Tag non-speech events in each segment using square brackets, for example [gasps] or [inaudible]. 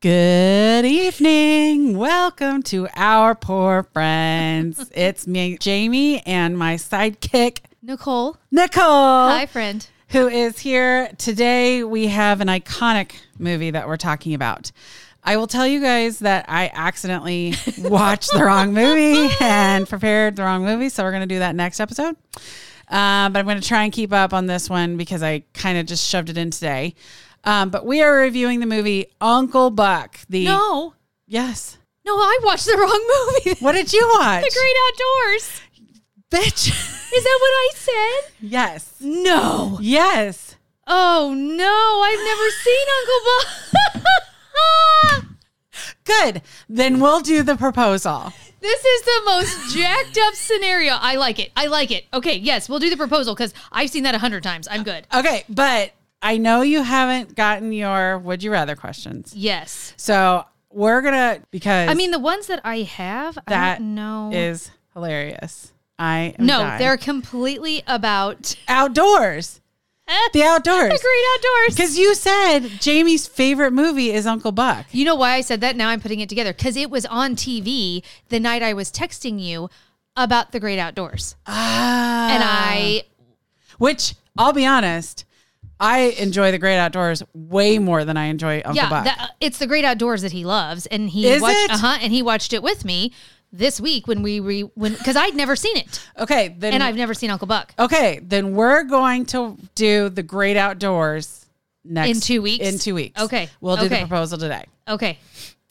Good evening. Welcome to our poor [laughs] friends. it's me, Jamie, and my sidekick, Nicole. Nicole, Hi, friend. who is here. Today, we have an iconic movie that we're talking about. I will tell you guys that I [laughs] accidentally watched the wrong movie and prepared the wrong movie. So, we're going to do that next episode. Uh, but I'm going to try and keep up on this one because I kind of just shoved it in today. Um, but we are reviewing the movie Uncle Buck. The No, Yes. no, I watched the wrong movie. What did you watch? [laughs] the Great Outdoors. [laughs] bitch. Is that what I said? yes. No. Yes. Oh no, I've never seen Uncle Bob. Good. Then we'll do the proposal. [laughs] this is the most jacked up scenario. I like it. I like it. Okay, yes, we'll do the proposal because I've seen that a hundred times. I'm good. Okay, but I know you haven't gotten your would you rather questions. Yes. So we're gonna because I mean the ones that I have, I that don't know. is hilarious. I am no, dying. they're completely about outdoors. The the outdoors. great outdoors. Because you said Jamie's favorite movie is Uncle Buck. You know why I said that? Now I'm putting it together because it was on TV the night I was texting you about the great outdoors. Ah. And I, which I'll be honest, I enjoy the great outdoors way more than I enjoy Uncle yeah, Buck. that, it's the great outdoors that he loves. And he Is watched, it? uh-huh, and he watched it with me this week when we re, when, cause I'd never [laughs] seen it okay, then and I've never seen Uncle Buck. Okay, then we're going to do the great outdoors next In two weeks? In two weeks. Okay, We'll do the okay. proposal today. Okay.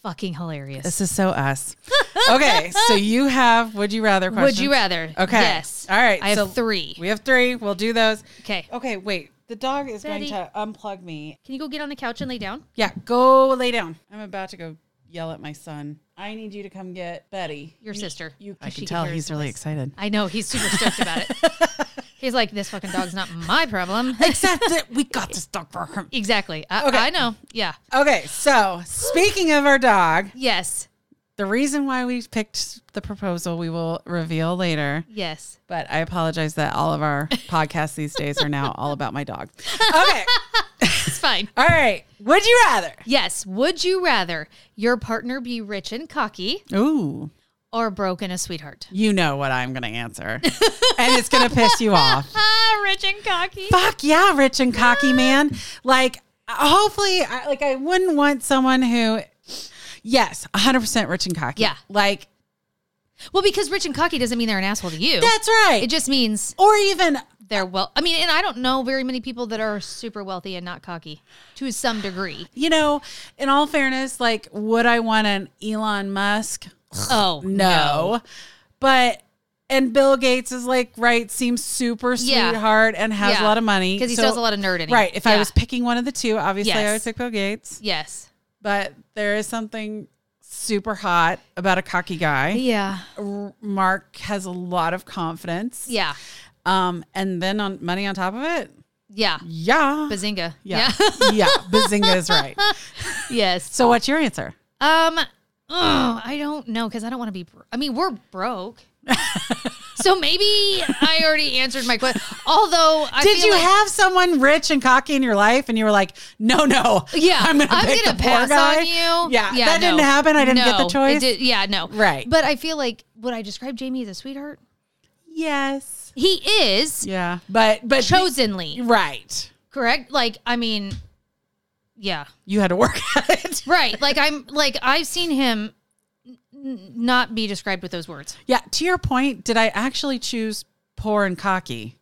Fucking hilarious. This is so us. [laughs] okay, [laughs] so you have would you rather questions? Would you rather? Okay. Yes. All right. I have so three. We have three. We'll do those. Okay. Okay, wait. The dog is Daddy. going to unplug me. Can you go get on the couch and lay down? Yeah, go lay down. I'm about to go yell at my son. I need you to come get Betty. Your sister. You, I She can tell hear he's his really voice. excited. I know he's super stoked about it. [laughs] He's like, this fucking dog's not my problem. [laughs] Except that we got this dog for him. Exactly. I, Okay. I know. Yeah. Okay, so speaking of our dog, Yes. The reason why we picked the proposal we will reveal later, Yes. but I apologize that all of our [laughs] podcasts these days are now all about my dog. [laughs] Okay. It's fine. All right. Would you rather? Yes. Would you rather your partner be rich and cocky Ooh. or broke and a sweetheart? You know what I'm going to answer. [laughs] and it's going to piss you off. Ah, rich and cocky. Fuck yeah, rich and cocky man. Like, hopefully, I, like, I wouldn't want someone who, yes, 100% rich and cocky. Yeah. Like, Well, because rich and cocky doesn't mean they're an asshole to you. that's right. it just means or even they're well. I mean, and I don't know very many people that are super wealthy and not cocky to some degree. you know, in all fairness, like, would I want an Elon Musk? [sighs] Oh, No. But, and Bill Gates is like, right, seems super Yeah. sweetheart and has a Yeah. lot of money. Because he So- sells a lot of nerd in Right. If I was picking one of the two, obviously I Yes. would pick Bill Gates. Yes. But there is something super hot about a cocky guy. Yeah. R- Mark has a lot of confidence. Yeah. Um, and then on money on top of it. Yeah. Yeah. Bazinga. yeah. yeah. Bazinga is right. [laughs] yes. So what's your answer? Um, oh, I don't know because I don't want to be. Bro- I mean, we're broke, [laughs] so maybe I already answered my question. Although, I Did feel you like- have [laughs] someone rich and cocky in your life, and you were like, "No, no, Yeah, I'm gonna, pick the poor pass guy. on you. Yeah, that didn't no. happen. I didn't get the No, it choice. did- yeah, no, Right. But I feel like would I describe Jamie as a sweetheart? Yes, He is yeah, but but chosenly right. correct. Like, I mean, yeah, You had to work [laughs] at it. right. Like I'm like I've seen him n- not be described with those words. [laughs] Yeah. To your point, did I actually choose poor and cocky?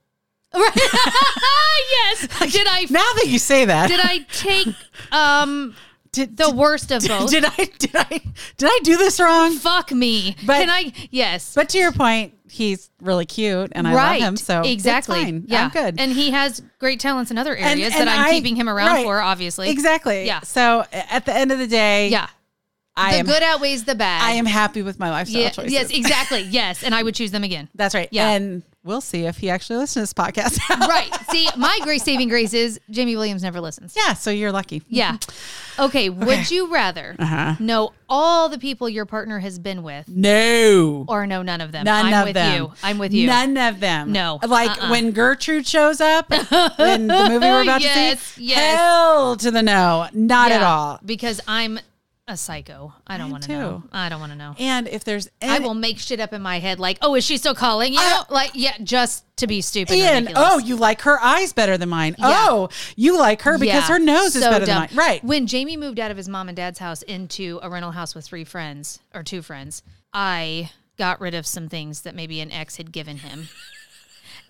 Right? [laughs] yes. Did I Now that you say that, did I take um did, the worst of [laughs] both? did I did I did I do this wrong? Fuck me. But- Can I? Yes. But to your point, he's really cute, and I right. love him. So it's exactly. fine. Yeah. I'm good. And he has great talents in other And- areas and that I'm I- keeping him around right. for. Obviously. Exactly. Yeah. So at the end of the day, Yeah. I the am good outweighs the bad. I am happy with my lifestyle Yeah, choices. yes. [laughs] Exactly. Yes. And I would choose them again. That's right. Yeah. And we'll see if he actually listens to this podcast. [laughs] right. See, my grace saving grace is Jamie Williams never listens. yeah. So you're lucky. Yeah. Okay. Would you rather Uh-huh. know all the people your partner has been with No. or know none of them? None I'm of with them. you. I'm with you. None of them. No. Like Uh-uh. when Gertrude shows [laughs] up in the movie we're about Yes, to see. yes. Hell to the no. Not at Yeah, all. Because I'm a psycho. I don't Me want to know. too. I don't want to know. And if there's any, I will make shit up in my head, like, oh, is she still calling you? I- like, yeah, just to be stupid. And, and oh, you like her eyes better than mine. Yeah. Oh, you like her because her nose is better than mine. Right. When Jamie moved out of his mom and dad's house into a rental house with three friends or two friends, I got rid of some things that maybe an ex had [laughs] given him.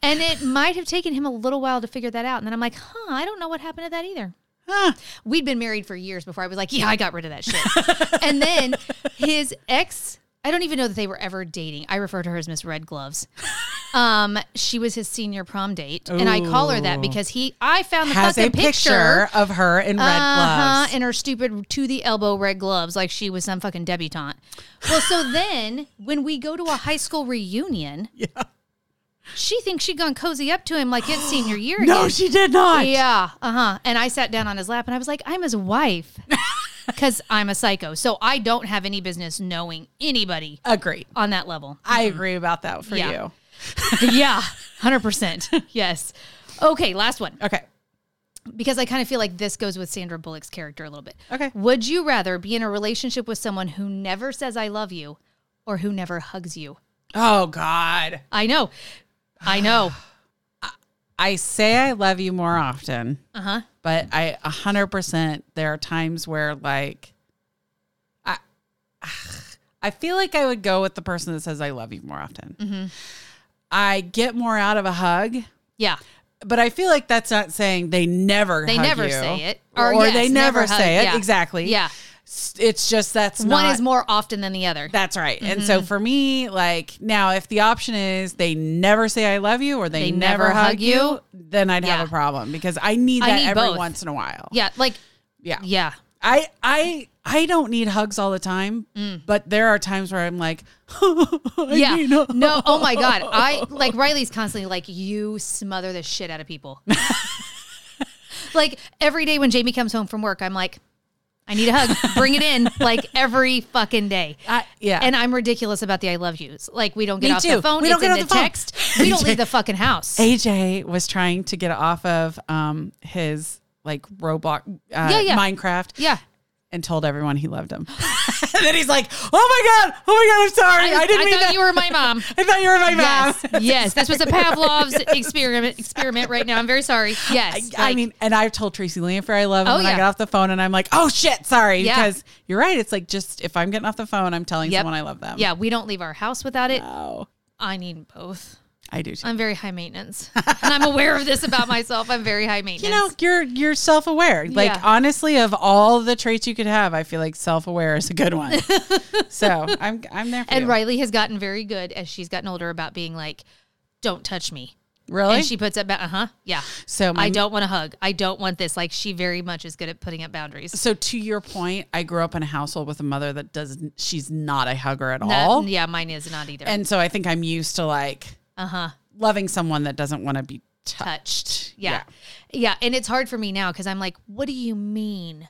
and it might have taken him a little while to figure that out. And then I'm like, huh, I don't know what happened to that either. Huh. We'd been married for years before I was like, yeah, I got rid of that shit. [laughs] and then his ex, I don't even know that they were ever dating. I refer to her as Miss Red Gloves. Um, she was his senior prom date, and I call her that Ooh. because he, I found the Has a fucking picture of her in red uh-huh, gloves. and her stupid to the elbow red gloves, like she was some fucking debutante. [laughs] Well, so then when we go to a high school reunion, Yeah. she thinks she gone cozy up to him like it's senior year No, again. she did not. yeah, uh huh. And I sat down on his lap and I was like, I'm [laughs] his wife, because I'm a psycho, so I don't have any business knowing anybody Agree. on that level. [laughs] I agree about that for Mm-hmm. Yeah. you. yeah, hundred percent. Yes. Okay, last one. Okay. because I kind of feel like this goes with Sandra Bullock's character a little bit. Okay. Would you rather be in a relationship with someone who never says I love you or who never hugs you? Oh God. I know. [sighs] I know. I say I love you more often, Uh-huh. but I 100% there are times where like I I feel like I would go with the person that says I love you more often. Mm-hmm. I get more out of a hug, Yeah. but I feel like that's not saying they never They hug never you. say it. or, yes, they never, hug. say it Yeah. exactly. Yeah. S- It's just that's One not is more often than the other. That's right. And Mm-hmm. so for me, like now, if the option is they never say I love you or they, They never, hug you, then I'd Yeah. have a problem because I need I that need every both. once in a while. yeah, like Yeah. yeah. I I I don't need hugs all the time, but there are times where I'm like, [laughs] I Mm. [laughs] Yeah. need a- No, oh my god. [laughs] I like Riley's constantly like you smother the shit out of people. [laughs] like every day when Jamie comes home from work, I'm like I need a hug. Bring [laughs] it in like every fucking day. I- yeah. And I'm ridiculous about the I love yous. Like we don't get Me off too. the phone. We don't it's get in off the the phone. text. We don't leave the fucking house. AJ was trying to get off of um his like Roblox uh, yeah. Minecraft Yeah. and told everyone he loved him. [laughs] and then he's like, "Oh my god. Oh my god, I'm sorry. I, didn't mean thought that. you were my [laughs] mom. I thought you were my yes. mom." Yes. [laughs] This was a Pavlov's experiment experiment right now. I'm very sorry. Yes. [laughs] I Like, mean, and I've told Tracy Lanfer I love him. Oh, and yeah. I got off the phone and I'm like, oh shit, sorry. Yeah. Because you're right. It's like just if I'm getting off the phone, I'm telling Yep. someone I love them. Yeah, we don't leave our house without it. Oh, I need both. I do too. I'm very high maintenance. and I'm aware of this about myself. I'm very high you maintenance. know, you're you're self aware. Like Yeah. honestly, of all the traits you could have, I feel like self aware is a good [laughs] one. so I'm I'm there for and you. Riley has gotten very good as she's gotten older about being like, don't touch me. Really? And she puts up, ba- uh huh. Yeah. so my, I don't want to hug. I don't want this. Like, she very much is good at putting up boundaries. so to your point, I grew up in a household with a mother that doesn't. She's not a hugger at That- all. yeah, mine is not either. And so I think I'm used to like Uh huh. loving someone that doesn't want to be touched. Touched. Yeah. yeah. And it's hard for me now because I'm like, what do you mean?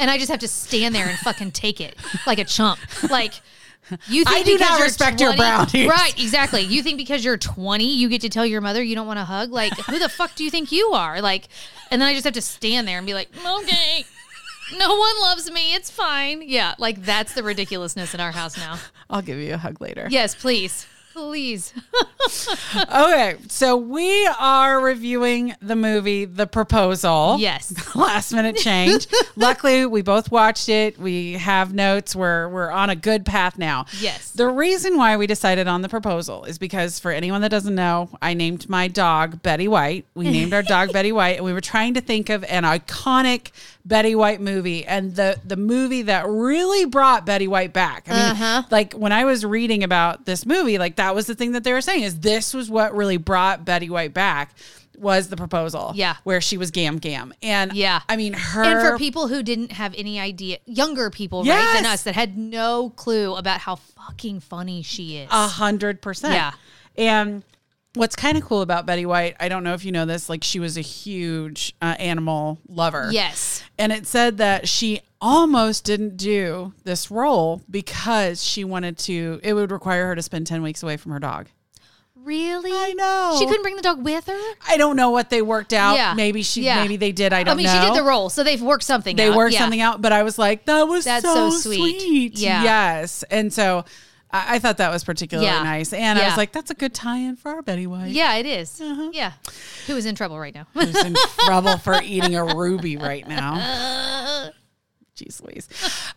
And I just have to stand there and fucking take it like a chump. Like, you think I do because not you're respect your 20 brown hairs. Right, exactly. You think because you're 20, you get to tell your mother you don't want to hug? Like, who the fuck do you think you are? Like, and then I just have to stand there and be like, okay, no one loves me. It's fine. Yeah. Like, that's the ridiculousness in our house now. I'll give you a hug later. Yes, please. Please. [laughs] Okay, so we are reviewing the movie The Proposal. Yes. [laughs] Last minute [laughs] change. Luckily, we both watched it. We have notes. We're we're on a good path now. Yes. The reason why we decided on The Proposal is because for anyone that doesn't know, I named my dog Betty White. We named our [laughs] dog Betty White and we were trying to think of an iconic Betty White movie and the the movie that really brought Betty White back. I mean, Uh-huh. like when I was reading about this movie, like that was the thing that they were saying is this was what really brought Betty White back was the proposal. Yeah. Where she was gam gam. And Yeah. I mean her And for people who didn't have any idea, younger people, right, than Yes. us that had no clue about how fucking funny she is. a hundred percent. Yeah. And what's kind of cool about Betty White, I don't know if you know this, like she was a huge uh, animal lover. yes. And it said that she almost didn't do this role because she wanted to, it would require her to spend 10 weeks away from her dog. Really? I know. She couldn't bring the dog with her? I don't know what they worked out. Yeah. Oh, Maybe she. Yeah. Maybe they did. I don't. I mean, know. she did the role, so they've worked something They out. worked Yeah. something out, but I was like, that was That's so, so sweet. sweet. Yeah. Yes. And so I, I thought that was particularly Yeah. nice. And I Yeah. was like, that's a good tie-in for our Betty White. Yeah, it is. Mm-hmm. Yeah. Who is in trouble right now? [laughs] Who's in trouble for eating a ruby right now. Jeez Louise.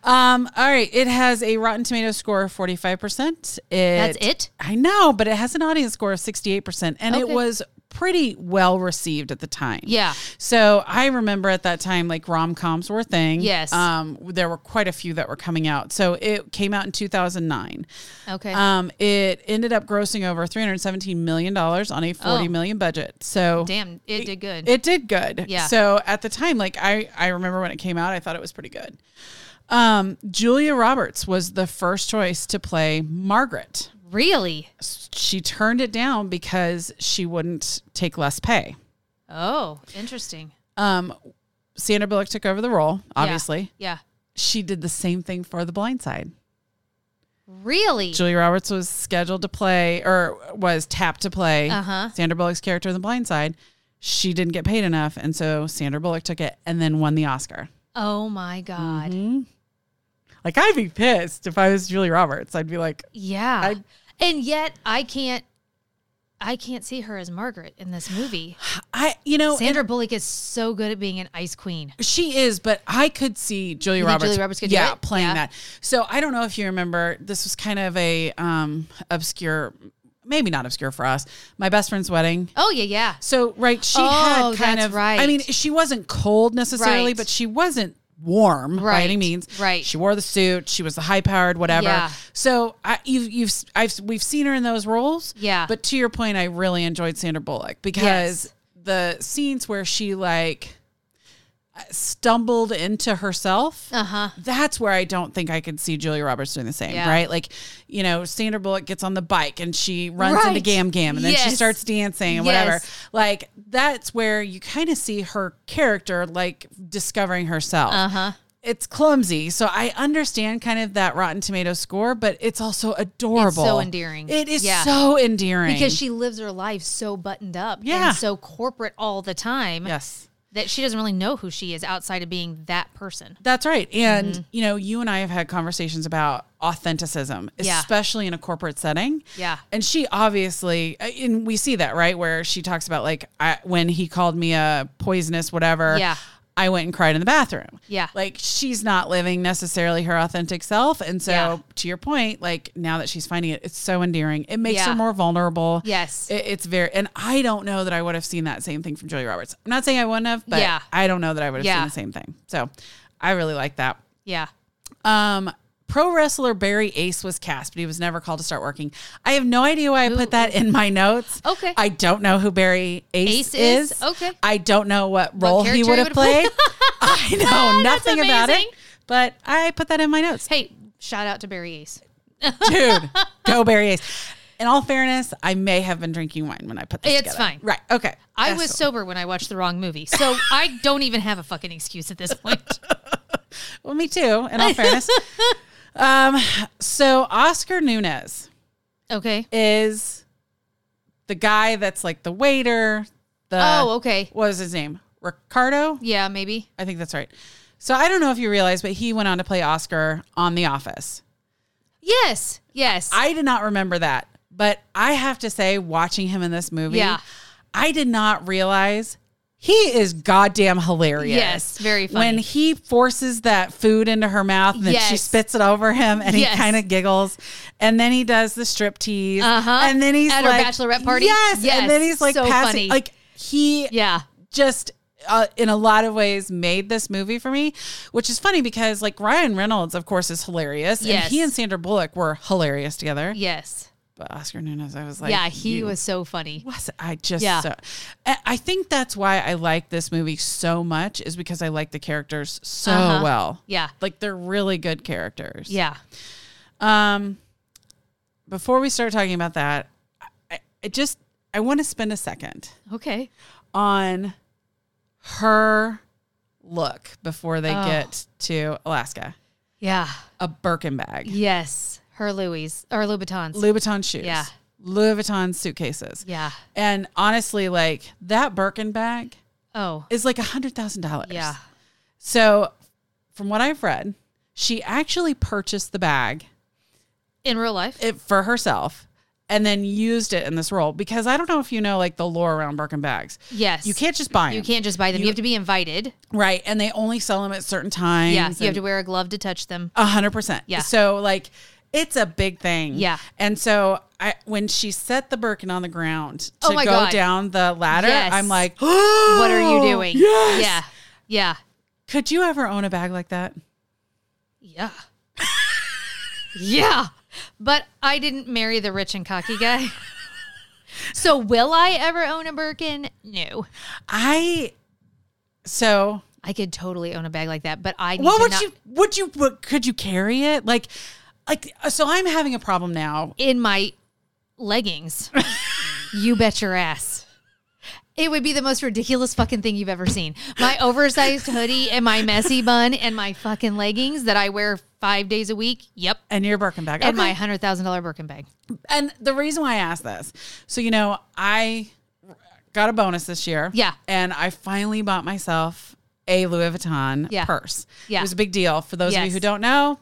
Um, all right. It has a Rotten Tomato score of 45%. It, That's it? I know, but it has an audience score of 68%. And it Okay. was pretty well received at the time. Yeah. So I remember at that time, like rom coms were a thing. Yes. Um, there were quite a few that were coming out. So it came out in 2009. Okay. Um, it ended up grossing over 317 million dollars on a forty million Oh. budget. So Damn, it did good. It did good. Yeah. So at the time, like I, I remember when it came out, I thought it was pretty good. Um, Julia Roberts was the first choice to play Margaret. really? She turned it down because she wouldn't take less pay. Oh, interesting. Um, Sandra Bullock took over the role. Obviously, Yeah. she did the same thing for The Blind Side. Really? Julia Roberts was scheduled to play or was tapped to play Uh-huh. Sandra Bullock's character in The Blind Side. She didn't get paid enough, and so Sandra Bullock took it and then won the Oscar. oh my Mm-hmm. God. Hmm? Like I'd be pissed if I was Julia Roberts. I'd be like, Yeah. I- and yet I can't I can't see her as Margaret in this movie. I, you know, and Sandra Bullock is so good at being an ice queen. she is, but I could see Julia You think Roberts, Julia Roberts could do yeah, it? playing Yeah. that. So I don't know if you remember. This was kind of a um obscure, maybe not obscure for us. My best friend's wedding. Oh yeah, yeah. So right, she Oh, had kind that's of. right. I mean, she wasn't cold necessarily, Right. but she wasn't warm by Right, any means. right. She wore the suit. She was the high powered whatever. Yeah. So I, you, you've, I've, we've seen her in those roles. Yeah. But to your point, I really enjoyed Sandra Bullock because the scenes where she like stumbled into herself. Uh-huh. That's where I don't think I could see Julia Roberts doing the same, Yeah. right? Like, you know, Sandra Bullock gets on the bike and she runs Right. into Gam Gam and then she Yes. starts dancing and Yes. whatever. Like, that's where you kind of see her character like discovering herself. Uh-huh. It's clumsy. So I understand kind of that Rotten Tomato score, but it's also adorable. endearing. It is Yeah. so endearing. Because she lives her life so buttoned up Yeah. and so corporate all the time Yes. that she doesn't really know who she is outside of being that person. That's right. And, Mm-hmm. you know, you and I have had conversations about authenticism, Yeah. especially in a corporate setting. Yeah. And she obviously, uh, and we see that, right? Where she talks about, like, I, when he called me a poisonous whatever. Yeah. I went and cried in the bathroom. Yeah. Like she's not living necessarily her authentic self. And so, Yeah. to your point, like now that she's finding it, it's so endearing. It makes her Yeah. more vulnerable. Yes. It, it's very, and I don't know that I would have seen that same thing from Julia Roberts. I'm not saying I wouldn't have, but Yeah. I don't know that I would have Yeah. seen the same thing. So I really like that. yeah. Um, pro wrestler Barry Ace was cast, but he was never called to start working. I have no idea why I put that in my notes. Okay. I don't know who Barry Ace, Ace is? is. Okay. I don't know what role he character would he have would have played. [laughs] I know That's nothing about it, amazing. but I put that in my [laughs] notes. Hey, shout out to Barry Ace. Dude, go Barry Ace. In all fairness, I may have been drinking wine when I put this It's together. fine. Right. Okay. I That's was cool. sober when I watched the wrong movie, [laughs] so I don't even have a fucking excuse at this point. Well, me too, in [laughs] all fairness. um, so Oscar Nunez. Okay. is the guy that's like the waiter. The Oh, okay. What was his name? Ricardo. Yeah, maybe. I think that's right. So I don't know if you realize, but he went on to play Oscar on The Office. Yes. Yes. I did not remember that, but I have to say, watching him in this movie, Yeah. I did not realize. He is goddamn hilarious. Yes, very funny. When he forces that food into her mouth and then she Yes. spits it over him and Yes. he kind of giggles. And then he does the strip tease. Uh-huh. And then he's At her like, bachelorette party? Yes. Yes, And then he's like so passing. funny. Like he yeah. just uh, in a lot of ways made this movie for me, which is funny because like Ryan Reynolds, of course, is hilarious, Yes. and he and Sandra Bullock were hilarious together. Yes. But Oscar Nunez, I was like, yeah, he you was so funny. Was I just Yeah. so? I- I think that's why I like this movie so much is because I like the characters so Uh-huh. well. Yeah. Like they're really good characters. Yeah. Um, before we start talking about that, I, I just I want to spend a second Okay. on her look before they Oh. get to Alaska. Yeah. A Birkin bag, Yes. Her Louis or Louboutins. Louboutin shoes. Yeah. Louis Vuitton suitcases. Yeah. And honestly, like that Birkin bag Oh. is like a hundred thousand dollars. Yeah. So from what I've read, she actually purchased the bag In real life. it for herself and then used it in this role because I don't know if you know like the lore around Birkin bags. yes. You can't just buy them. You can't just buy them. You, have to be invited. Right. And they only sell them at certain times. Yeah. You have and- to wear a glove to touch them. A hundred percent. Yeah. So like it's a big thing. Yeah. And so I when she set the Birkin on the ground to Oh my go God. down the ladder, Yes. I'm like, What what [gasps] are you doing? Oh, Yes. Yeah. Yeah. Could you ever own a bag like that? [laughs] Yeah. yeah. But I didn't marry the rich and cocky guy. so will I ever own a Birkin? No. I so I could totally own a bag like that, but I need what to would not- you would you what, could you carry it? Like like uh, so I'm having a problem now. in my leggings. you bet your ass. It would be the most ridiculous fucking thing you've ever seen. My oversized hoodie and my messy bun and my fucking leggings that I wear five days a week. Yep. And your Birkin bag. And Okay. my hundred thousand dollar Birkin bag. and the reason why I asked this, so you know, I got a bonus this year. Yeah. And I finally bought myself a Louis Vuitton Yeah. purse. Yeah. It was a big deal. For those of you Yes. who don't know,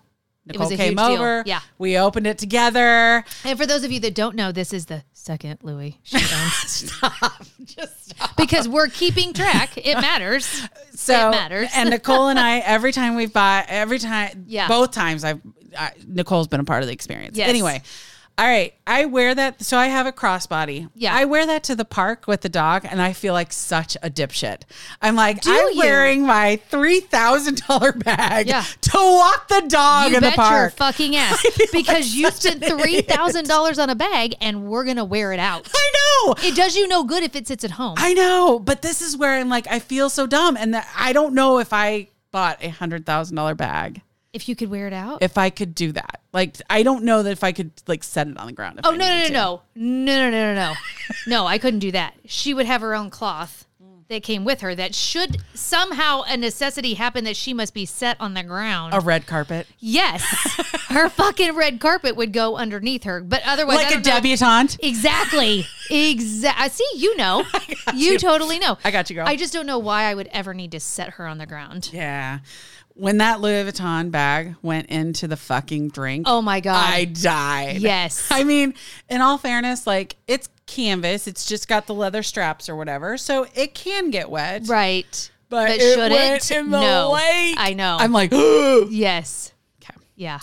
was Nicole a came huge deal. over. Yeah. We opened it together. And for those of you that don't know, this is the second Louis. [laughs] She owns. Because we're keeping track. It [laughs] matters. So It matters. and Nicole and [laughs] I, every time we've bought, every time, Yeah. both times I've, I, Nicole's been a part of the experience. Yes. Anyway. All right, I wear that. So I have a crossbody. Yeah. I wear that to the park with the dog, and I feel like such a dipshit. I'm like, Do I'm you? wearing my three thousand dollar bag Yeah. to walk the dog You in the bet your park. [laughs] fucking ass. Because you spent three thousand dollars on a bag and we're gonna wear it out. I know. It does you no good if it sits at home. I know, but this is where I'm like, I feel so dumb, and that I don't know if I bought a hundred thousand dollar bag. if you could wear it out. if I could do that. Like I don't know that if I could like set it on the ground. if oh I no no no needed no no no no no [laughs] no no! I couldn't do that. She would have her own cloth that came with her. That should somehow a necessity happen that she must be set on the ground. to. A red carpet, [laughs] yes, her fucking red carpet would go underneath her. But otherwise, I like a don't know- debutante. Exactly. Exactly. See, [laughs] you know, you, totally know. I got you, girl. I just don't know why I would ever need to set her on the ground. Yeah. When that Louis Vuitton bag went into the fucking drink, Oh my god. I died. yes. I mean, in all fairness, like it's canvas. It's just got the leather straps or whatever, so it can get wet. right. But, it went in the no. lake. I know. I'm like, [gasps] yes. okay. Yeah.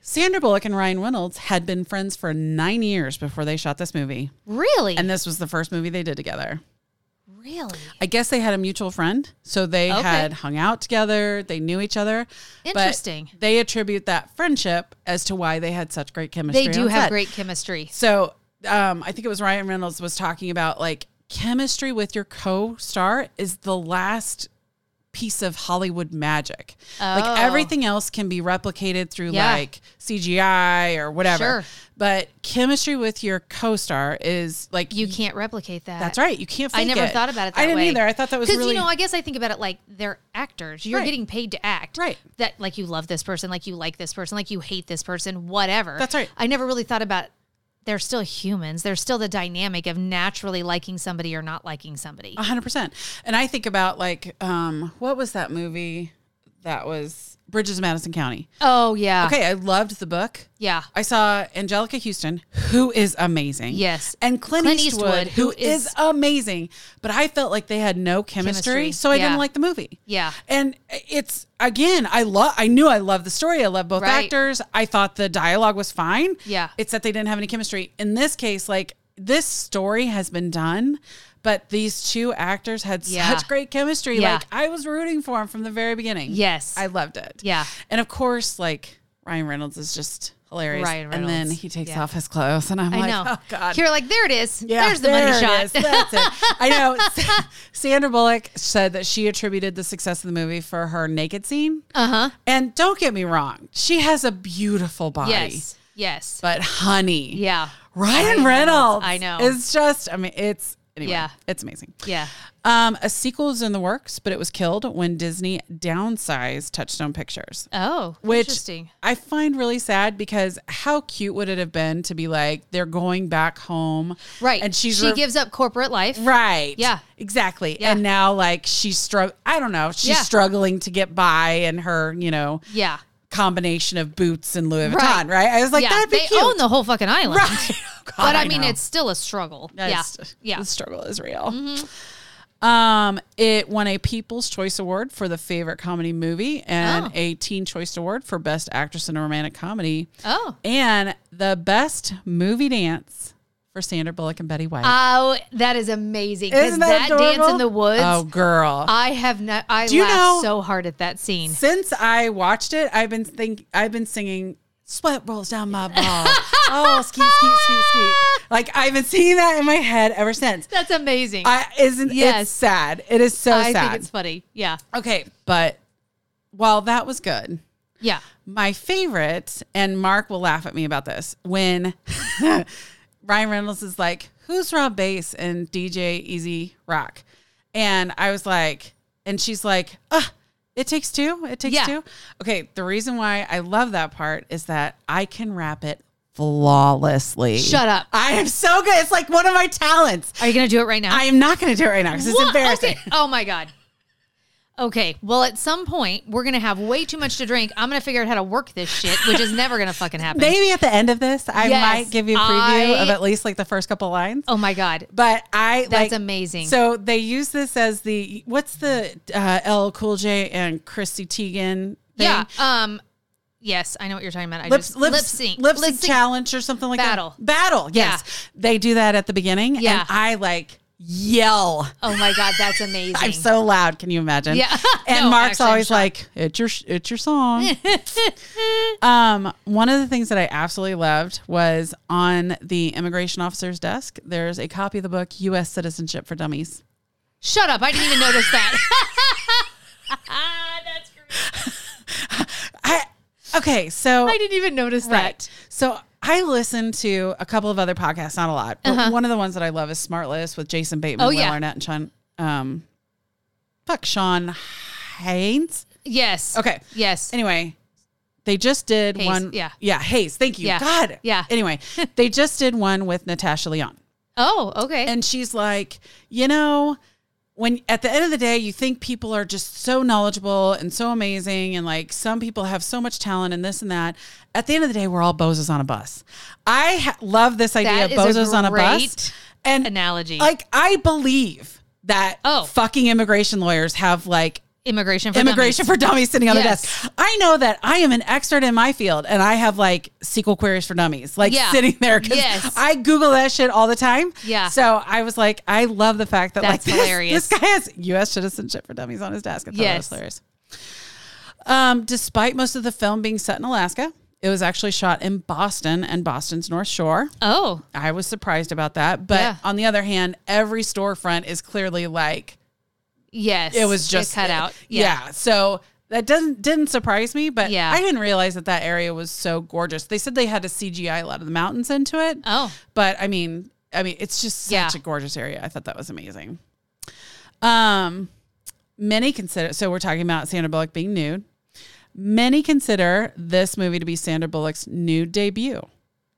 Sandra Bullock and Ryan Reynolds had been friends for nine years before they shot this movie, Really? and this was the first movie they did together. really? I guess they had a mutual friend. So they Okay. had hung out together. They knew each other. But Interesting. they attribute that friendship as to why they had such great chemistry. They do on have set. great chemistry. So um, I think it was Ryan Reynolds was talking about like chemistry with your co star is the last piece of Hollywood magic. Oh. Like everything else can be replicated through Yeah. like CGI or whatever. Sure. But chemistry with your co star is like You can't replicate that. That's right. You can't. I Fake never thought about it that I didn't way. either. I thought that was Because, really you know, I guess I think about it like they're actors. You're Right. getting paid to act. Right. That, like, you love this person, like, you like this person, like, you hate this person, whatever. That's right. I never really thought about they're still humans. They're still the dynamic of naturally liking somebody or not liking somebody. A hundred percent. And I think about like, um, what was that movie that was Bridges of Madison County? oh, yeah. Okay, I loved the book. Yeah. I saw Angelica Houston, who is amazing. Yes. And Clint, Clint Eastwood, Eastwood, who who is- is, amazing. But I felt like they had no chemistry, Chemistry. so I Yeah. didn't like the movie. Yeah. And it's again, I love I knew I loved the story. I love both Right. actors. I thought the dialogue was fine. Yeah. It's that they didn't have any chemistry. In this case, like this story has been done. But these two actors had Yeah. such great chemistry. Yeah. Like I was rooting for them from the very beginning. Yes. I loved it. Yeah. And of course, like Ryan Reynolds is just hilarious. Ryan And then Reynolds. he takes Yeah. off his clothes, and I'm I like, know. oh god. You're like, there it is. Yeah, There's the there money it shot. [laughs] is. That's it. I know. Sa- Sandra Bullock said that she attributed the success of the movie for her naked scene. Uh huh. And don't get me wrong, she has a beautiful body. Yes. Yes. But honey, yeah. Ryan Ryan Reynolds, Reynolds, I know. is just. I mean, it's Anyway, Yeah. it's amazing. Yeah. Um, a sequel is in the works, but it was killed when Disney downsized Touchstone Pictures. Oh, Which interesting. I find really sad because how cute would it have been to be like they're going back home, Right. And she's she re- gives up corporate life. right, Yeah. exactly. Yeah. And now like she's strugg I don't know, she's Yeah. struggling to get by and her you know Yeah. combination of boots and Louis Vuitton, Right. right? I was like yeah. that'd be they cute, own the whole fucking [laughs] island. right? Oh, God, [laughs] But I, mean, know. it's still a struggle. That's- yeah. Mm-hmm. Yeah. The struggle is real. Um, it won a People's Choice Award for the favorite comedy movie and Oh. a Teen Choice Award for best actress in a romantic comedy Oh. and the best movie dance for Sandra Bullock and Betty White. Oh, that is amazing. Because Isn't that that, dance adorable? in the woods, Oh, girl. I have not. I you laughed know- so hard at that scene. Since I watched it, I've been think I've been singing "Sweat Rolls Down [laughs] My Ball." oh, skeet, skeet, skeet, skeet. Like I've been singing that in my head ever since. That's amazing. I, I isn't Yes. it's sad. It is so sad. think it's funny. Yeah. Okay, but while that was good, Yeah. my favorite, and Mark will laugh at me about this, when [laughs] Ryan Reynolds is like, Who's Rob Bass and DJ Easy Rock? And I was like, And she's like, Ugh. It takes two. It takes Yeah. two. Okay. The reason why I love that part is that I can rap it flawlessly. Shut up. I am so good. It's like one of my talents. Are you going to do it right now? I am not going to do it right now because it's What? embarrassing. Okay. Oh my god. Okay. Well, at some point, we're gonna have way too much to drink. I'm gonna figure out how to work this shit, which is never gonna fucking happen. Maybe at the end of this, I Yes, might give you a preview I- of at least like the first couple lines. oh my god. But I That's like- amazing. So they use this as the what's the uh, L Cool J and Chrissy Teigen? Thing? Yeah. Um. Yes, I know what you're talking about. I Lip, just lip, lip sync. lip sync challenge or something like Battle. that. Battle. Yes, they do that at the beginning. Yeah. and I like yell. Oh my god, that's amazing. I'm so loud. Can you imagine? Yeah. [laughs] And No, Mark's actually, I'm always shocked. Eh. like, "It's your it's your song." um, one of the things that I absolutely loved was on the immigration officer's desk. There's a copy of the book U.S. Citizenship for Dummies. [laughs] Shut up! I didn't even notice that. [laughs] that's great. I okay, so I didn't even notice right. that. So I listened to a couple of other podcasts, not a lot, but one of the ones that I love is Smart List with Jason Bateman, Uh-huh. Oh, Will yeah. Arnett, and Sean. Um, fuck Sean Haynes. Yes. Okay. Yes. Anyway, they just did Hayes, one. yeah. Yeah. Hayes. Thank you. Yeah, God. yeah. [laughs] Anyway, they just did one with Natasha Leon. Oh. Okay. And she's like, you know, when at the end of the day, you think people are just so knowledgeable and so amazing, and like some people have so much talent and this and that. At the end of the day, we're all bozos on a bus. I ha- love this idea That of is a bozos on a bus. great And analogy. like, I believe that Oh. fucking immigration lawyers have like immigration. For immigration Dummies. for dummies sitting on Yes. the desk. I know that I am an expert in my field and I have like SQL queries for dummies, like Yeah. sitting there. 'cause Yes. I Google that shit all the time. Yeah. So I was like, I love the fact that like That's this, hilarious. this guy has US citizenship for dummies on his desk. I thought that was Yes. hilarious. Um, despite most of the film being set in Alaska, it was actually shot in Boston and Boston's North Shore. Oh. I was surprised about that. But Yeah. on the other hand, every storefront is clearly like Yes. it was just cut out. Yeah. So that doesn't didn't surprise me, but Yeah. I didn't realize that that area was so gorgeous. They said they had to CGI a lot of the mountains into it. Oh. But I mean, I mean, it's just such Yeah. a gorgeous area. I thought that was amazing. Um, many consider so we're talking about Sandra Bullock being nude. Many consider this movie to be Sandra Bullock's nude debut.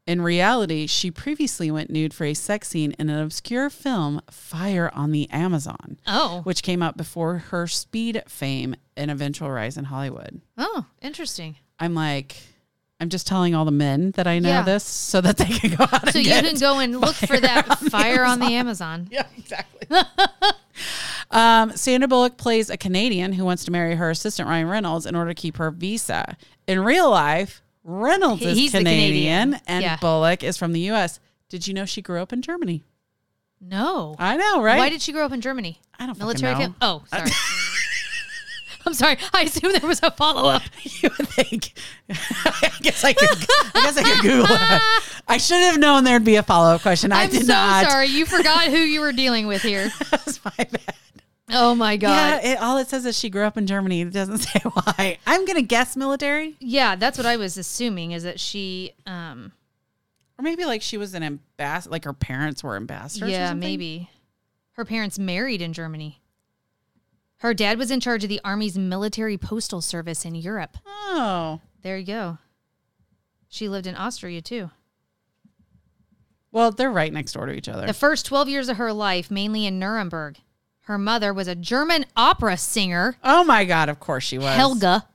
In reality, she previously went nude for a sex scene in an obscure film, Fire on the Amazon Oh. which came out before her speed fame and eventual rise in Hollywood. Oh, interesting. I'm like, I'm just telling all the men that I know Yeah. this so that they can go out. So and you get can go and look [laughs] for that fire on the Amazon. Yeah, [laughs] exactly. [laughs] um, Sandra Bullock plays a Canadian who wants to marry her assistant Ryan Reynolds in order to keep her visa. In real life, Reynolds is He's the Canadian, Canadian. and Yeah. Bullock is from the U.S. Did you know she grew up in Germany? No. I know, right? Why did she grow up in Germany? I don't fucking Military know. fam- Oh, [laughs] sorry. I'm sorry. I assume there was a follow up. [laughs] you would think. I guess I could. I guess I could Google it. I should have known there'd be a follow up question. I I'm did so not. [laughs] sorry. You forgot who you were dealing with here. That's my bad. Oh my Yeah, god. [laughs] Yeah. it, all it says is she grew up in Germany. It doesn't [laughs] say why. I'm gonna guess military, that's what I was assuming is that she um or maybe like she was an ambassador. Like her parents were ambassadors. or yeah, something. maybe. Her parents married in Germany. Her dad was in charge of the Army's military postal service in Europe. Oh. There you go. She lived in Austria too. Well, they're right next door to each other. The first 12 years of her life, mainly in Nuremberg. Her mother was a German opera singer, oh my God, of course she was. [laughs] Helga.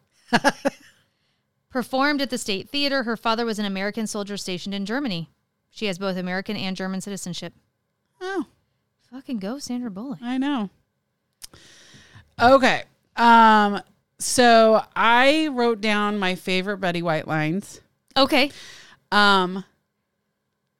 Performed at the State Theater. Her father was an American soldier stationed in Germany. She has both American and German citizenship. Oh, Fucking go, Sandra Bullock. I know. Okay. Um, so I wrote down my favorite Betty White lines. Okay. Um,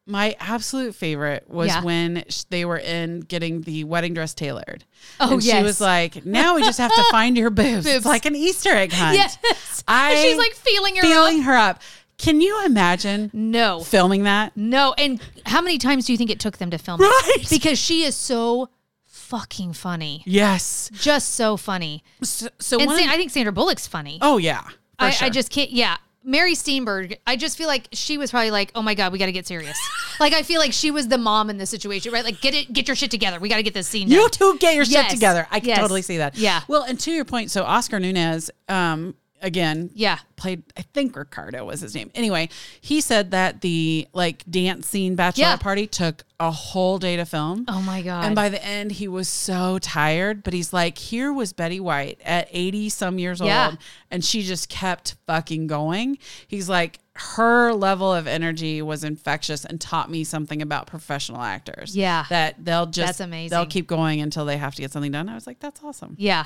my absolute favorite was Yeah. when sh- they were in getting the wedding dress tailored. Oh, and yes. She was like, "Now we just have to find [laughs] your boobs. Boobs. It's like an Easter egg hunt." Yes. [laughs] I she's like feeling her feeling up. her up. Can you imagine No. filming that? No. And how many times do you think it took them to film Right. it? Because she is so fucking funny. Yes. Just so funny. So, so And one. Sa- I think Sandra Bullock's funny. oh yeah. for I, sure. I just can't. Yeah. Mary Steenburgen, I just feel like she was probably like, "Oh my god, we got to get serious." [laughs] like I feel like she was the mom in this situation, right? Like, get it, get your shit together. We got to get this scene. You done. two get your shit Yes. together. I can Yes. totally see that. Yeah. Well, and to your point, so Oscar Nunez, um, again, Yeah. played I think Ricardo was his name. Anyway, he said that the like dance scene bachelorette Yeah. party took a whole day to film. Oh my god. And by the end, he was so tired, but he's like, here was Betty White at 80 some years Yeah. old, and she just kept fucking going. He's like, her level of energy was infectious and taught me something about professional actors. Yeah. That they'll just, That's amazing. They'll keep going until they have to get something done. I was like, that's awesome. yeah.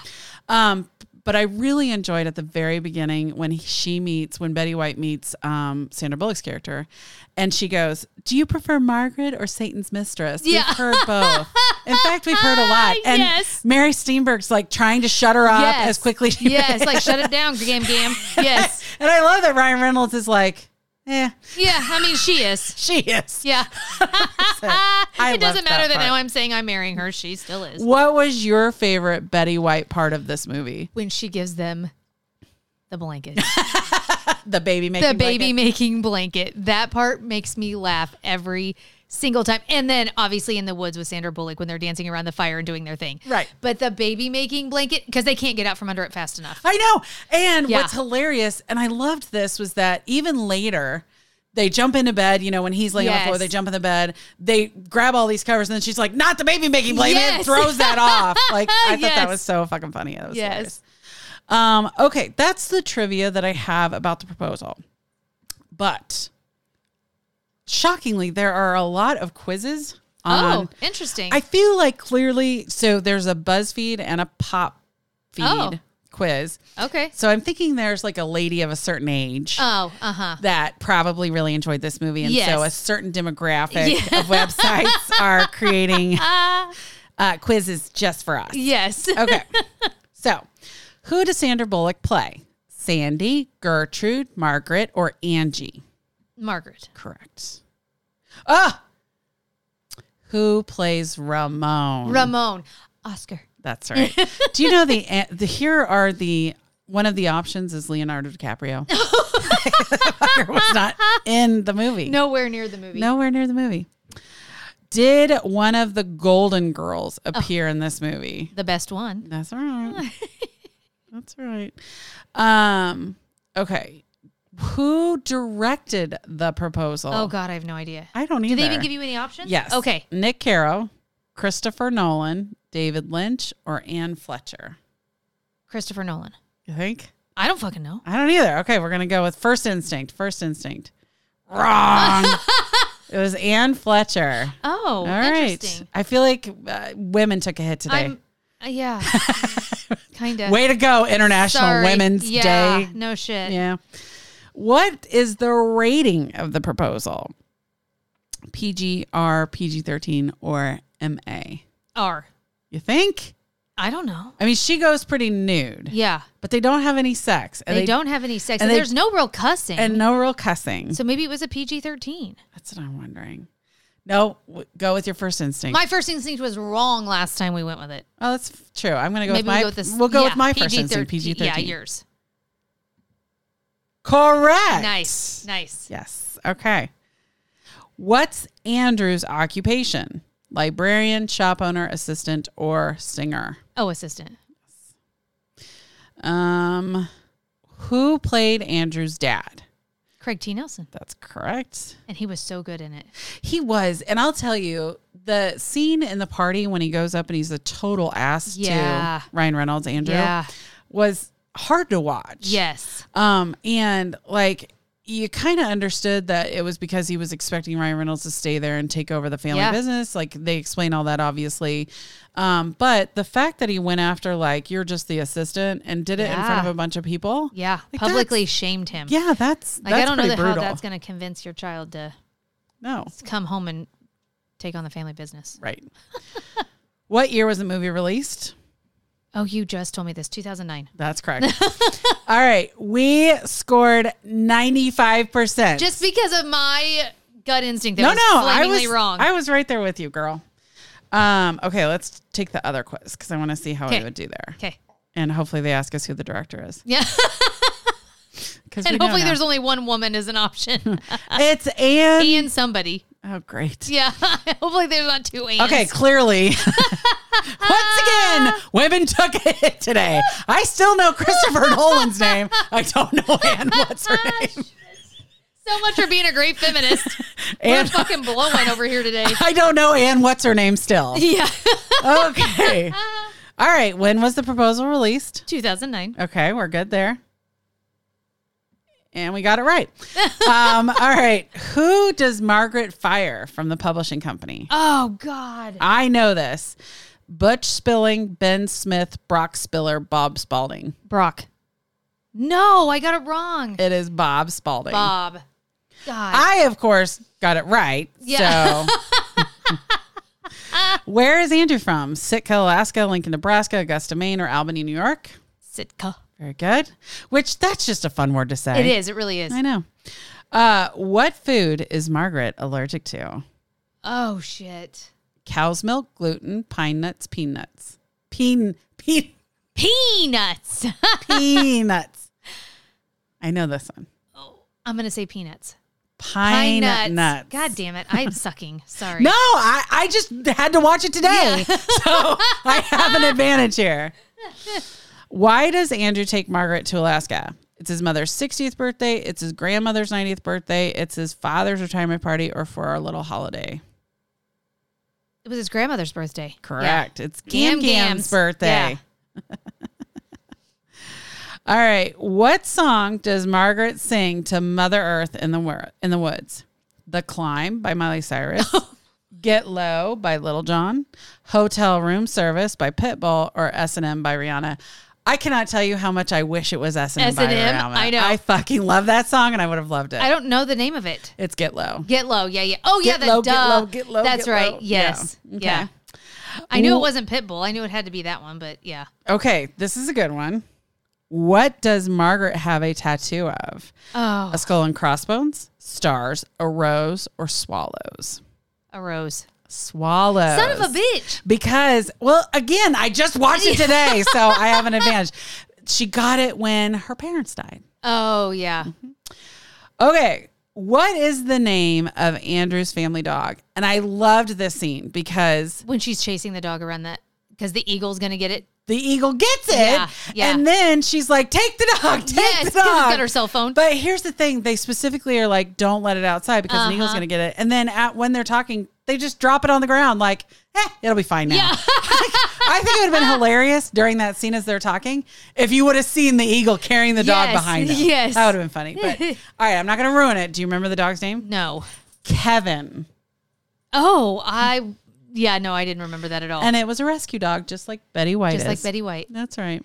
Um, but I really enjoyed at the very beginning when he, she meets, when Betty White meets um, Sandra Bullock's character, and she goes, "Do you prefer Margaret or Satan's Mistress?" Yeah. We've heard both. In fact, we've heard a [laughs] lot. And Yes. Mary Steenburg's like trying to shut her up yes. as quickly. As she yes. may. Like shut it down, [laughs] game, game. Yes. and I love that Ryan Reynolds is like, "Yeah, yeah. I mean, she is. she is." [laughs] Yeah. I it doesn't loved matter that, part. now I'm saying I'm marrying her. She still is. What was your favorite Betty White part of this movie? When she gives them the blanket. The baby making the baby blanket? making blanket. That part makes me laugh every single time. And then obviously in the woods with Sandra Bullock when they're dancing around the fire and doing their thing. Right. But the baby making blanket because they can't get out from under it fast enough. I know. And Yeah. what's hilarious, and I loved this, was that even later, they jump into bed, you know, when he's laying on the floor, Yes. they jump in the bed, they grab all these covers, and then she's like, not the baby making blame Yes. and throws that [laughs] off. Like, I thought Yes. that was so fucking funny. That was Yes. hilarious. Um, okay, that's the trivia that I have about the proposal. But shockingly, there are a lot of quizzes on oh, interesting. I feel like clearly, so there's a BuzzFeed and a pop feed Oh. quiz. okay. So I'm thinking there's like a lady of a certain age Oh, uh huh. that probably really enjoyed this movie. And Yes. so a certain demographic of [laughs] websites are creating uh, quizzes just for us. [laughs] Ah, Yes. Okay. so who does Sandra Bullock play? Sandy, Gertrude, Margaret, or Angie? Margaret. Correct. Ah! Who plays Ramon? Ramon. Oscar. That's right. Do you know the, an- the here are the one of the options is Leonardo [laughs] DiCaprio. Fucker was not in the movie. Nowhere near the movie. Nowhere near the movie. Did one of the Golden Girls Oh. appear in this movie? The best one. That's [laughs] right. That's right. Um, okay. Who directed the proposal? Oh God, I have no idea. I don't either. Do they even give you any options? Yes. Okay. Nick Caro, Christopher Nolan, David Lynch, or Anne Fletcher? Christopher Nolan. You think? I don't fucking know. I don't either. Okay, we're gonna go with first instinct. First instinct. [laughs] Wrong. it was Anne Fletcher. Oh, All right. interesting. I feel like uh, women took a hit today. I'm. uh, yeah. [laughs] kind of. Way to go, International Sorry. Women's yeah, Day. No shit. Yeah. What is the rating of the proposal? PG, R, PG 13, or MA? R. You think? I don't know. I mean, she goes pretty nude, Yeah. but they don't have any sex. And They, don't have any sex. and And, they- there's no real cussing. And no real cussing. so maybe it was a PG 13. That's what I'm wondering. No, w- go with your first instinct. My first instinct was wrong last time we went with it. oh, that's f- true. I'm going to go with maybe my. we go with this. we'll go yeah, with my first instinct, PG PG-13. 13. Yeah, yours. Correct. Nice. Nice. Yes. Okay. What's Andrew's occupation? librarian, shop owner, assistant, or singer. Oh, assistant. Um, who played Andrew's dad? Craig T. Nelson. That's correct. And he was so good in it. He was, and I'll tell you the scene in the party when he goes up and he's a total ass Yeah. to Ryan Reynolds, Andrew, Yeah. was hard to watch. Yes. Um, and like you kind of understood that it was because he was expecting Ryan Reynolds to stay there and take over the family Yeah. business. Like they explain all that obviously. Um, but the fact that he went after like you're just the assistant and did it in front Yeah. of a bunch of people. Yeah. Like, Publicly shamed him. Yeah, that's Like that's I don't know pretty that how brutal. that's going to convince your child to no, come home and take on the family business. right. [laughs] what year was the movie released? Oh, you just told me this. 2009. That's correct. [laughs] all right, we scored ninety five percent. Just because of my gut instinct that no, was no, I flamingly was wrong. I was right there with you, girl. Um, okay, let's take the other quiz because I want to see how I Okay. would do there, okay. and hopefully they ask us who the director is. [laughs] Yeah. Because and hopefully there's only one woman as an [laughs] option. it's and Ian somebody. oh great. Yeah. [laughs] hopefully there's not two Ians. [laughs] Okay, clearly. [laughs] Once again, women took it today. I still know [laughs] Christopher Nolan's name. I don't know Anne. What's her name? So much for being a [laughs] great feminist. We're Anne. fucking blowing over [laughs] here today. I don't know Anne. What's her name still? [laughs] Yeah. Okay. All right. When was the proposal released? 2009. Okay, we're good there. And we got it right. um, all right. Who does Margaret fire from the publishing company? Oh, God. I know this. Butch Spilling, Ben Smith, Brock Spiller, Bob Spalding. Brock. No, I got it wrong. It is Bob Spalding. Bob. God. I, of course, got it right. Yeah. So. [laughs] Where is Andrew from? Sitka, Alaska, Lincoln, Nebraska, Augusta, Maine, or Albany, New York? Sitka. Very good. Which that's just a fun word to say. It is. It really is. I know. Uh, what food is Margaret allergic to? Oh, shit. Cow's milk, gluten, pine nuts, peanuts. Peen, [laughs] peen, Peanuts. peanuts. I know this one. I'm going to say peanuts. Pine, nuts. God damn it. [laughs] I'm sucking. Sorry. No, I, I just had to watch it today. [laughs] so I have an advantage here. Why does Andrew take Margaret to Alaska? It's his mother's 60th birthday. It's his grandmother's 90th birthday. It's his father's retirement party or for our little holiday. It was his grandmother's birthday. Correct. It's Gam Gam Gam's Gams. birthday. All right. What song does Margaret sing to Mother Earth in the wor- in the woods? The Climb by Miley Cyrus. [laughs] Get Low by Little John. Hotel Room Service by Pitbull or S&M by Rihanna. I cannot tell you how much I wish it was S&M, by S&M, Rihanna. I know. I fucking love that song and I would have loved it. I don't know the name of it. it's Get Low. Get low, yeah, yeah. Oh, yeah, Get the low, duh. get low, get low, That's get right. low. Yes, Yeah. yeah. Okay. I knew Wh- it wasn't Pitbull. I knew it had to be that one, but yeah, Okay, this is a good one. What does Margaret have a tattoo of? Oh. A skull and crossbones, stars, a rose, or swallows? a rose. Swallows. Son of a bitch. Because, well, again, I just watched it today, [laughs] so I have an advantage. She got it when her parents died. Oh yeah, Mm-hmm. Okay. What is the name of Andrew's family dog? And I loved this scene because when she's chasing the dog around that because the eagle's gonna get it. the eagle gets it. Yeah, yeah. And then she's like, take the dog, take Yes, the because dog. it's got her cell phone. But here's the thing: they specifically are like, "Don't let it outside because an Uh-huh. Eagle's going to get it." And then at, when they're talking, they just drop it on the ground, like, "Eh, it'll be fine [laughs] now." Yeah. I think it would have been hilarious during that scene as they're talking if you would have seen the eagle carrying the dog Yes, behind them. yes. that would have been funny. [laughs] But all right, I'm not going to ruin it. Do you remember the dog's name? no. Kevin, Oh, I yeah, no, I didn't remember that at all. and it was a rescue dog, just like Betty White. Just like is. Betty White. That's right.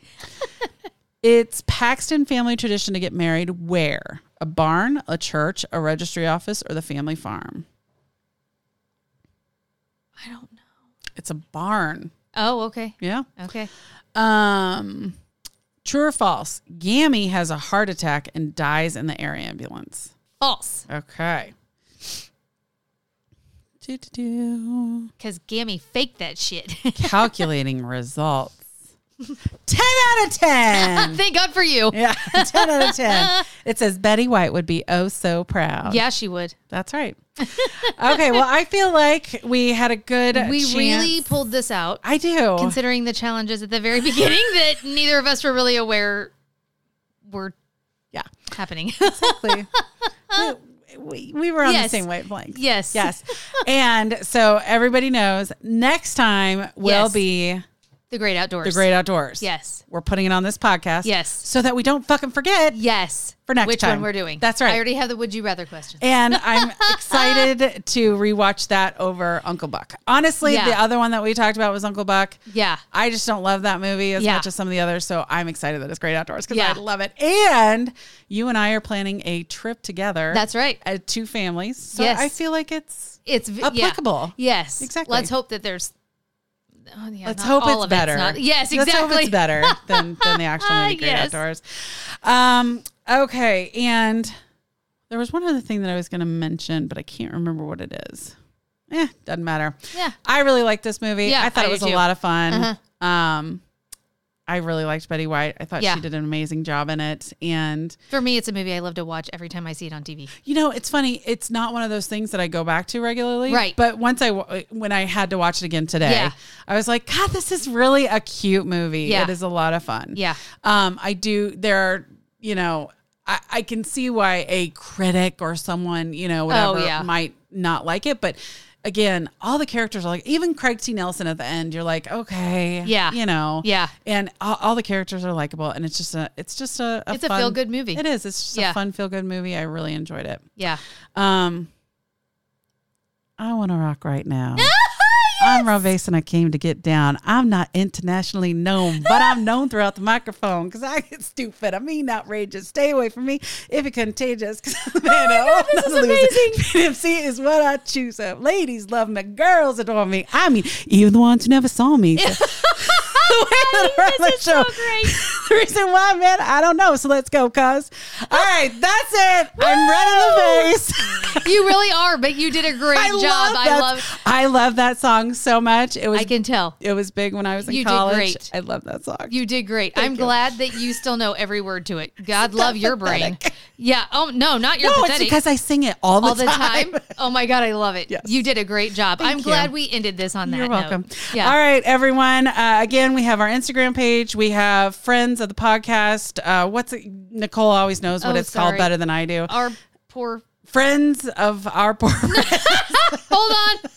it's Paxton family tradition to get married where? A barn, a church, a registry office, or the family farm? I don't know. It's a barn. Oh, okay, Yeah. okay. Um, true or false? Gammy has a heart attack and dies in the air ambulance. False, Okay. Do-do-do. because Gammy faked that shit. [laughs] Calculating [laughs] results. 10 out of 10. Thank God for you. [laughs] yeah, 10 out of 10. It says Betty White would be oh so proud. Yeah, she would. That's right. okay, well, I feel like we had a good We chance. really pulled this out, I do. considering the challenges at the [laughs] very beginning that neither of us were really aware were yeah. happening. [laughs] Exactly. we, we, we were on Yes. the same wavelength. Yes. Yes. and so everybody knows next time will Yes. be the great outdoors. the great outdoors. Yes. We're putting it on this podcast. Yes. So that we don't fucking forget Yes. for next Which time. one we're doing. That's right. I already have the would you rather question. and [laughs] I'm excited to rewatch that over Uncle Buck. Honestly, Yeah. the other one that we talked about was Uncle Buck. yeah. I just don't love that movie as Yeah. much as some of the others. So I'm excited that it's Great Outdoors because Yeah. I love it. And you and I are planning a trip together. That's right. uh, two families. So Yes. I feel like it's It's v- yeah. applicable. Yes. Exactly. Let's hope that there's. Oh, yeah, Let's not hope all it's of better. not- yes, exactly. Let's hope it's [laughs] better than, than the actual movie Great Yes. Outdoors. Um, okay. And there was one other thing that I was going to mention, but I can't remember what it is. Eh, doesn't matter. Yeah. I really liked this movie. Yeah, I thought I it do was a too. lot of fun. Uh-huh. Um, I really liked Betty White. I thought Yeah. she did an amazing job in it. And For me, it's a movie I love to watch every time I see it on [laughs] TV. you know, it's funny. It's not one of those things that I go back to regularly. Right. But once I wa- when I had to watch it again today, Yeah. I was like, God, this is really a cute movie. Yeah. It is a lot of fun. Yeah. Um, I do. There are, you know, I, I can see why a critic or someone, you know, whatever, Oh, yeah. might not like it, but. Again, all the characters are like, even Craig T. Nelson at the end, you're like, okay, Yeah. you know, Yeah. and all, all the characters are likable, and it's just a, it's just a, It's a fun- feel-good movie. It is, it's just Yeah. a fun feel good movie. I really enjoyed it. Yeah. Um, I want to rock right now. I'm Rovace and I came to get down. I'm not internationally known, but I'm known throughout the microphone because I get stupid. I mean, outrageous. Stay away from me if it contagious. 'cause I'm an old [laughs] loser. PMC is what I choose. Of. Ladies love me. Girls adore me. I mean, even the ones who never saw me. [laughs] So- the way that I run my show. [laughs] the reason why, man, I don't know. So let's go, cuz. All right, that's it. I'm red in the face. You really are, but you did [laughs] a great job. I that. love. I love that song so much. It was I can tell. it was big when I was in You did college. great. I love that song. You did great. I'm you. glad that you still know every word [laughs] to it. God love your brain. Yeah. Oh no, not your no, it's pathetic. because I sing it all the all the time. [laughs] time. [laughs] Oh my God, I love it. Yes. You did a great job. I'm you. glad we ended this on that. You're note. welcome. Yeah. All right, everyone. Uh, again, we have our Instagram page. We have friends of the podcast. Uh, what's it? Nicole always knows what Oh, it's sorry. called better than I do. Our poor. friends of our poor, [laughs] Hold on.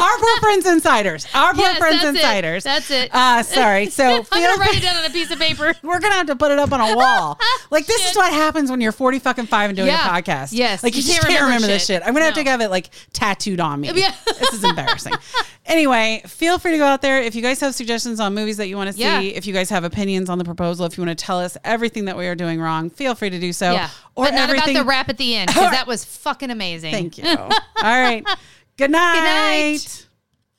our [laughs] poor friends insiders. Our [laughs] poor Yes, friends that's it. insiders. That's it. Uh, sorry. [laughs] So I'm feel [laughs] gonna write it down on a piece of paper. we're gonna have to put it up on a [laughs] wall. Like this Shit. is what happens when you're forty fucking five and doing Yeah. a podcast. Yes. like you, just can't remember, this shit. I'm gonna have to No. have it like tattooed on me. [laughs] Yeah. this is embarrassing. anyway, feel free to go out there if you guys have suggestions on movies that you want to see. Yeah. If you guys have opinions on the proposal, if you want to tell us everything that we are doing wrong, feel free to do so. Yeah. but not about the [laughs] rap at the end because that was fucking amazing. [laughs] Thank you. All right. Good night. night.